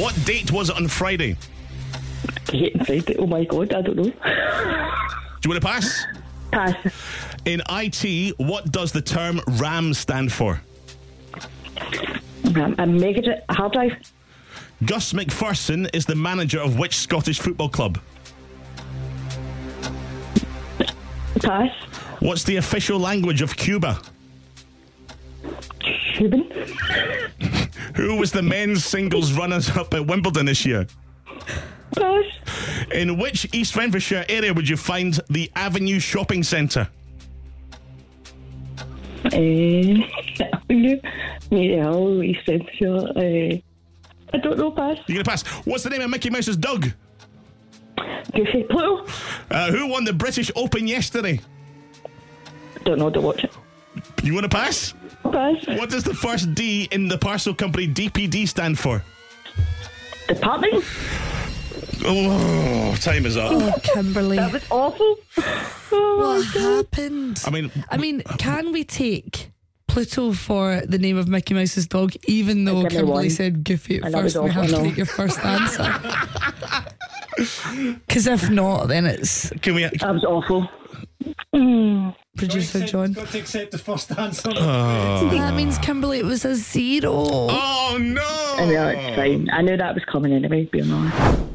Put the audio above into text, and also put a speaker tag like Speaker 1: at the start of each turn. Speaker 1: What date was it on Friday?
Speaker 2: Hate and Friday. Oh my god, I don't know.
Speaker 1: Do you want to pass?
Speaker 2: Pass.
Speaker 1: In IT, what does the term RAM stand for?
Speaker 2: Um, a mega dri- a hard drive.
Speaker 1: Gus McPherson is the manager of which Scottish football club?
Speaker 2: Pass.
Speaker 1: What's the official language of Cuba?
Speaker 2: Cuban.
Speaker 1: Who was the men's singles runners up at Wimbledon this year?
Speaker 2: Pass.
Speaker 1: In which East Renfrewshire area would you find the Avenue Shopping Centre?
Speaker 2: Eh, Avenue. Media Hall, East Central. Uh, I don't know. Pass.
Speaker 1: You're going to pass. What's the name of Mickey Mouse's dog?
Speaker 2: Goofy. Pluto.
Speaker 1: Uh, who won the British Open yesterday?
Speaker 2: Don't know. Don't watch it.
Speaker 1: You want to pass?
Speaker 2: Pass.
Speaker 1: What does the first D in the parcel company DPD stand for?
Speaker 2: Department.
Speaker 1: Oh, time is up.
Speaker 3: Kimberly.
Speaker 2: That was awful. Oh,
Speaker 3: What happened?
Speaker 1: I mean,
Speaker 3: I mean, can we take Pluto for the name of Mickey Mouse's dog, even though
Speaker 2: Give me
Speaker 3: Kimberly
Speaker 2: one.
Speaker 3: said Goofy at
Speaker 2: And that
Speaker 3: first?
Speaker 2: was
Speaker 3: We have to
Speaker 2: awful, no.
Speaker 3: take your first answer. Because if not, then it's
Speaker 1: can we?
Speaker 2: that was awful.
Speaker 3: producer John.
Speaker 4: Got to accept the first answer.
Speaker 3: That means Kimberly, it was a zero.
Speaker 1: Oh no!
Speaker 2: Oh, Anyway, it's fine. I knew that was coming anyway, being honest.